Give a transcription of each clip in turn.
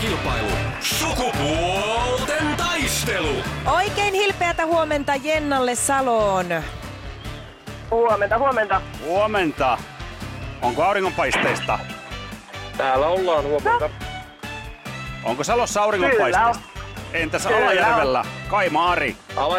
kilpailu. Sukupuolten taistelu. Oikein hilpeätä huomenta Jennalle Saloon. Huomenta, huomenta. Huomenta. Onko auringonpaisteista? Täällä ollaan huomenta. Onko Salossa auringonpaisteista? Entäs Kyllä Alajärvellä? Kaimaari. Ala,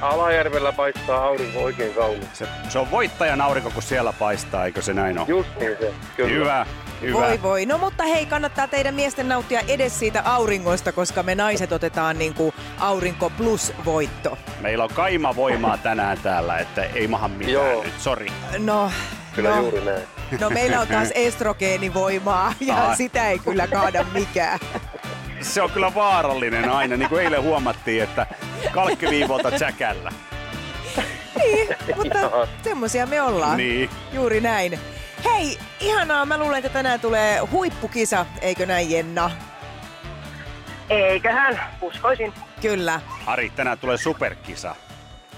Alajärvellä paistaa aurinko oikein kaunis. Se, se on voittajan aurinko, kun siellä paistaa, eikö se näin ole? Just niin se, kyllä. Hyvä, hyvä. Voi voi. No mutta hei, kannattaa teidän miesten nauttia edes siitä auringosta, koska me naiset otetaan niin kuin aurinko plus voitto. Meillä on kaimavoimaa tänään täällä, että ei maha mitään Joo. nyt, sori. No, Kyllä no, juuri näin. no meillä on taas estrogeenivoimaa ja Ai. sitä ei kyllä kaada mikään. Se on kyllä vaarallinen aina, niin kuin eilen huomattiin, että kalkkiviivolta tsäkällä. Niin, mutta semmosia me ollaan. Niin. Juuri näin. Hei, ihanaa. Mä luulen, että tänään tulee huippukisa, eikö näin Jenna? Eiköhän, uskoisin. Kyllä. Ari, tänään tulee superkisa,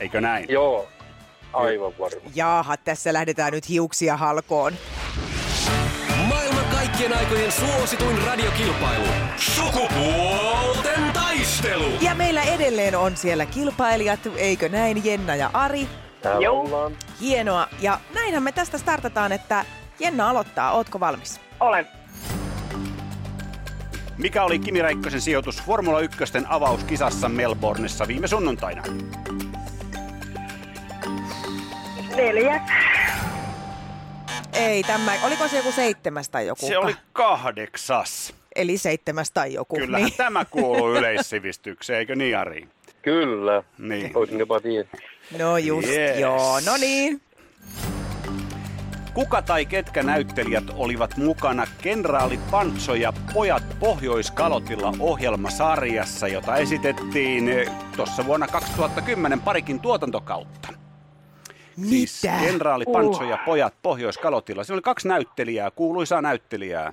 eikö näin? Joo, aivan varma. Jaaha, tässä lähdetään nyt hiuksia halkoon. Maailman kaikkien aikojen suosituin radiokilpailu. Sukupuolten taistelu. Ja meillä edelleen on siellä kilpailijat, eikö näin, Jenna ja Ari. Täällä Joo. ollaan. Hienoa. Ja näinhän me tästä startataan, että Jenna aloittaa. Ootko valmis? Olen. Mikä oli Kimi Räikkösen sijoitus Formula 1 avauskisassa Melbourneissa viime sunnuntaina? Neljäs. Ei tämä. Oliko se joku seitsemäs tai joku? Se oli kahdeksas. Eli seitsemäs tai joku. Kyllähän Niin. tämä kuuluu yleissivistykseen, eikö niin Ari? Kyllä. Niin. Olisin jopa tiennyt. No just, Yes. joo. No niin. Kuka tai ketkä näyttelijät olivat mukana kenraali Pancho ja pojat Pohjoiskalotilla ohjelmasarjassa, jota esitettiin eh, tuossa vuonna 2010 parikin tuotantokautta. Siis Mitä? kenraali Pancho ja pojat Pohjoiskalotilla. Siinä oli kaksi näyttelijää, kuuluisaa näyttelijää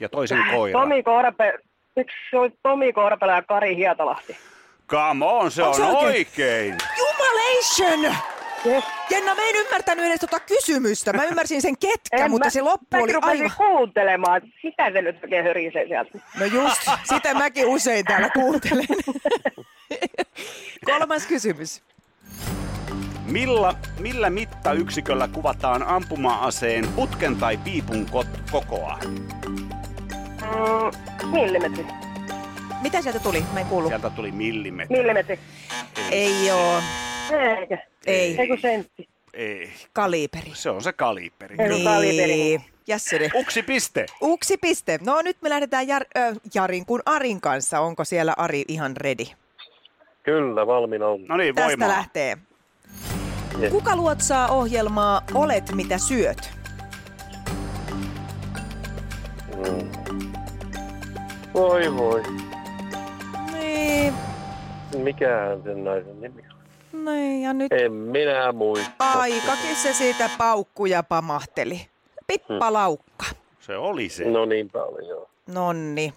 ja toisen koira. Tomi Korpe. Miksi se oli Tomi Korpela ja Kari Hietalahti? Come on, se Onko on se oikein. Uh. Jumalation! Yes. Jenna, mä en ymmärtänyt edes tota kysymystä. Mä ymmärsin sen ketkä, mutta se loppu mä oli rupesin aivan... kuuntelemaan, että sitä se nyt oikein hörisee sieltä. No just, sitä mäkin usein täällä kuuntelen. Kolmas kysymys. Milla, millä mittayksiköllä kuvataan ampuma-aseen putken tai piipun kot- kokoa? Mm, millimetri. Mitä sieltä tuli? Mä en kuullut. Sieltä tuli millimetri. Millimetri. Ei oo. Eikö? Ei. Eikö sentti? Ei, Kaliberi. se on se kaliberi. Niin. Ei. kun kaliberi. Jässyri. Uksi piste. Uksi piste. No nyt me lähdetään Jar- ö, Jarin kuin Arin kanssa. Onko siellä Ari ihan ready? Kyllä, valmiina on. No niin, Tästä voimaa. lähtee. Yes. Kuka luotsaa ohjelmaa Olet mitä syöt? Mm. Voi voi. Niin, Mikähän sen naisen nimi on? niin ja nyt En minä muista. aikakin se siitä paukkuja pamahteli. Pippalaukka. Se oli se. No niin paljon. Nonni.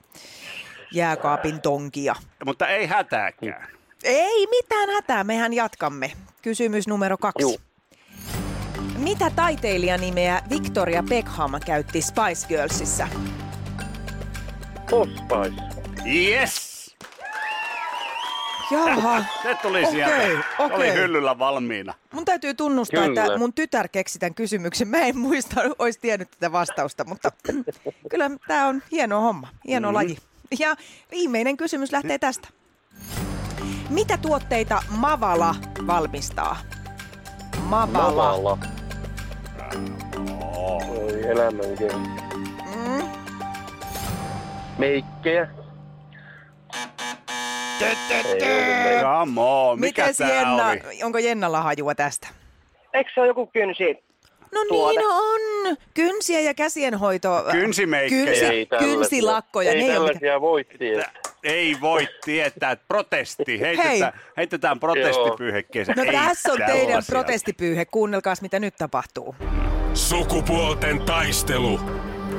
Jääkaapin tonkia. Mutta ei hätääkään. Ei mitään hätää, mehän jatkamme. Kysymys numero kaksi. Juu. Mitä taiteilijanimeä Victoria Beckham käytti Spice Girlsissa? Ospais. Yes! Jaha, Se tuli Okei, sieltä. Se okei. oli hyllyllä valmiina. mun täytyy tunnustaa, Kyllä. että mun tytär keksi tämän kysymyksen. Mä en muista, olisi tiennyt tätä vastausta, mutta kyllä tämä on hieno homma, hieno mm. laji. Ja viimeinen kysymys lähtee tästä. Mitä tuotteita Mavala valmistaa? Mavala. Mavala. Oi elämän kehu. Mm. Meikkejä. Ei ole meik- Come on, mikä Mites tää Jenna, oli? onko Jennalla hajua tästä? Eikö se ole joku kynsi? No Tuote. niin on. Kynsiä ja käsienhoito. Kynsimeikkejä. Kynsi, Ei tällaisia. kynsilakkoja. Ei ne ei ole tällaisia voi tietää. Tää- ei voi tietää. Protesti. Heitetään, heitetään protestipyyhekkeeseen. No Ei tässä on teidän tällaisia. protestipyyhe. Kuunnelkaas, mitä nyt tapahtuu. Sukupuolten taistelu.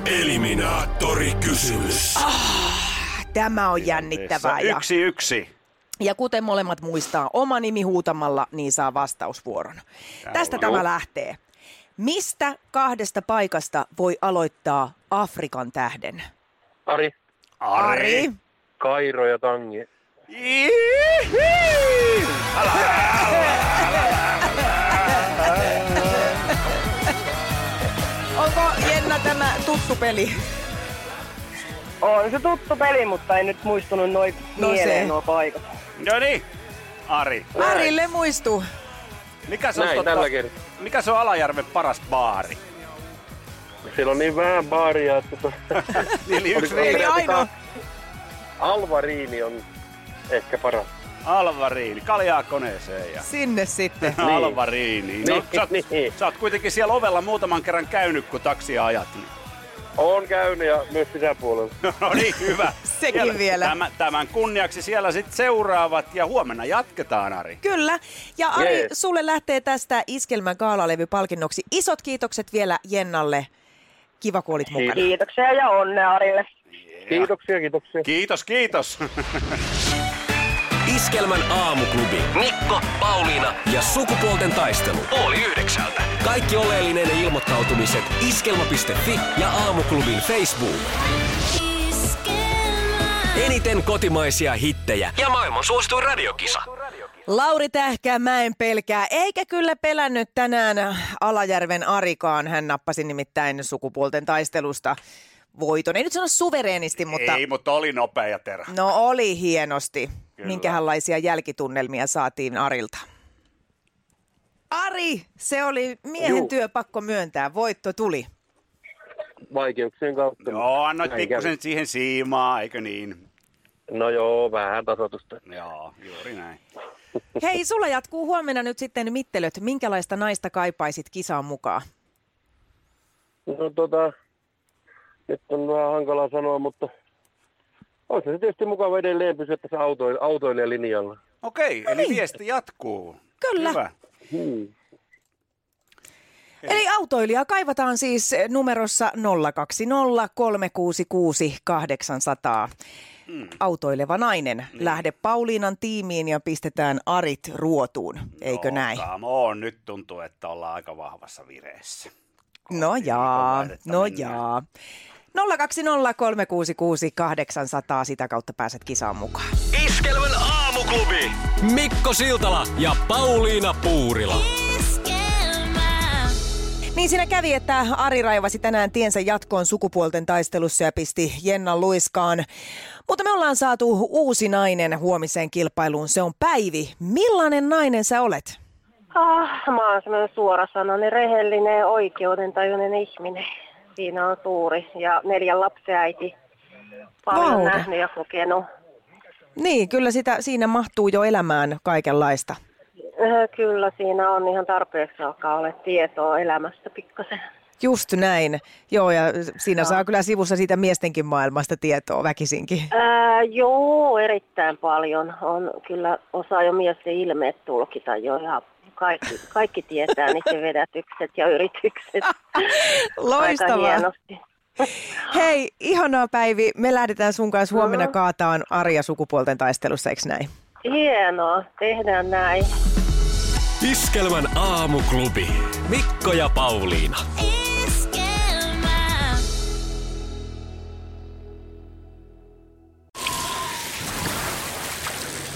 Eliminaattori kysymys. Tämä on jännittävää. Ja, Yksi yksi. ja kuten molemmat muistaa, oma nimi huutamalla, niin saa vastausvuoron. Tästä tämä lähtee. Mistä kahdesta paikasta voi aloittaa Afrikan tähden? Ari, Ari. Kairo ja Tangi. Iihihi! Älä, Onko Jenna tämä tuttu peli? On se tuttu peli, mutta ei nyt muistunut noin No no se. mieleen nuo paikat. No niin, Ari. Arille muistuu. Mikä se, on Näin, totta- tällä kertaa. mikä se on Alajärven paras baari? Siellä on niin vähän baaria, että to- Eli Niin, yksi Oliko- Eli riivi. Kyllä, ainoa. Alvariini on ehkä paras. Alvariini. Kaljaa koneeseen ja Sinne sitten. niin. Alvariini. No, Niin, sä, oot, niin. sä oot kuitenkin siellä ovella muutaman kerran käynyt, kun taksia ajat. Niin. On käynyt ja myös sisäpuolella. No niin, hyvä. Sekin vielä. Tämän, tämän kunniaksi siellä sitten seuraavat ja huomenna jatketaan, Ari. Kyllä. Ja Ari, Jees. sulle lähtee tästä Iskelmän kaalalevy palkinnoksi. Isot kiitokset vielä Jennalle. Kiva, kun olit mukana. Kiitoksia ja onnea Arille. Kiitoksia, kiitoksia. Kiitos, kiitos. Iskelmän aamuklubi. Mikko, Pauliina ja sukupuolten taistelu. Oli yhdeksältä. Kaikki oleellinen ilmoittautumiset iskelma.fi ja aamuklubin Facebook. Eniten kotimaisia hittejä ja maailman suosituin radiokisa. Lauri Tähkämäen pelkää, eikä kyllä pelännyt tänään Alajärven Arikaan. Hän nappasi nimittäin sukupuolten taistelusta voiton. Ei nyt sano suvereenisti, mutta Ei, mutta oli nopea ja terä. no oli hienosti. Kyllä. Minkähänlaisia jälkitunnelmia saatiin Arilta? Ari, se oli miehen Juu. työ, pakko myöntää. Voitto tuli. Vaikeuksien kautta. Joo, annoit Näin pikkusen kävi. siihen siimaa, eikö niin? No joo, vähän tasotusta. Joo, juuri näin. Hei, sulla jatkuu huomenna nyt sitten mittelöt. Minkälaista naista kaipaisit kisaan mukaan? No tota, nyt on vähän hankala sanoa, mutta on se tietysti mukava edelleen pysyä tässä auto, autoilijalinjalla. Okei, eli viesti jatkuu. Kyllä. Hyvä. Hmm. Eli autoilijaa kaivataan siis numerossa 020 366 800. Autoileva nainen. Lähde Pauliinan tiimiin ja pistetään arit ruotuun, eikö Joo, näin? come on, nyt tuntuu, että ollaan aika vahvassa vireessä. No jaa, laitetta no mennään. jaa. 020 366 800, sitä kautta pääset kisaan mukaan. Iskelmän aamuklubi. Mikko Siltala ja Pauliina Puurila. Niin siinä kävi, että Ari raivasi tänään tiensä jatkoon sukupuolten taistelussa ja pisti Jennan luiskaan. Mutta me ollaan saatu uusi nainen huomiseen kilpailuun. Se on Päivi. Millainen nainen sä olet? Ah, mä oon semmoinen suorasanainen, rehellinen ja oikeudentajuinen ihminen. Siinä on suuri ja neljän lapsen äiti. Paljon Vauva. nähnyt ja kokenut. Niin, kyllä sitä, siinä mahtuu jo elämään kaikenlaista. Äh, Kyllä siinä on ihan tarpeeksi alkaa olla tietoa elämästä pikkasen. Just näin. Joo, ja siinä saa kyllä sivussa siitä miestenkin maailmasta tietoa väkisinkin. Ää, Äh, joo, erittäin paljon. On kyllä osaa jo miesten ilmeet tulkita jo ja kaikki, kaikki tietää niiden vedätykset ja yritykset. Aika Loistavaa. hienosti. Hei, ihanaa Päivi. Me lähdetään sun kanssa huomenna kaataan Arja sukupuolten taistelussa, eikö näin? Hienoa, tehdään näin. Iskelmän aamuklubi. Mikko ja Pauliina.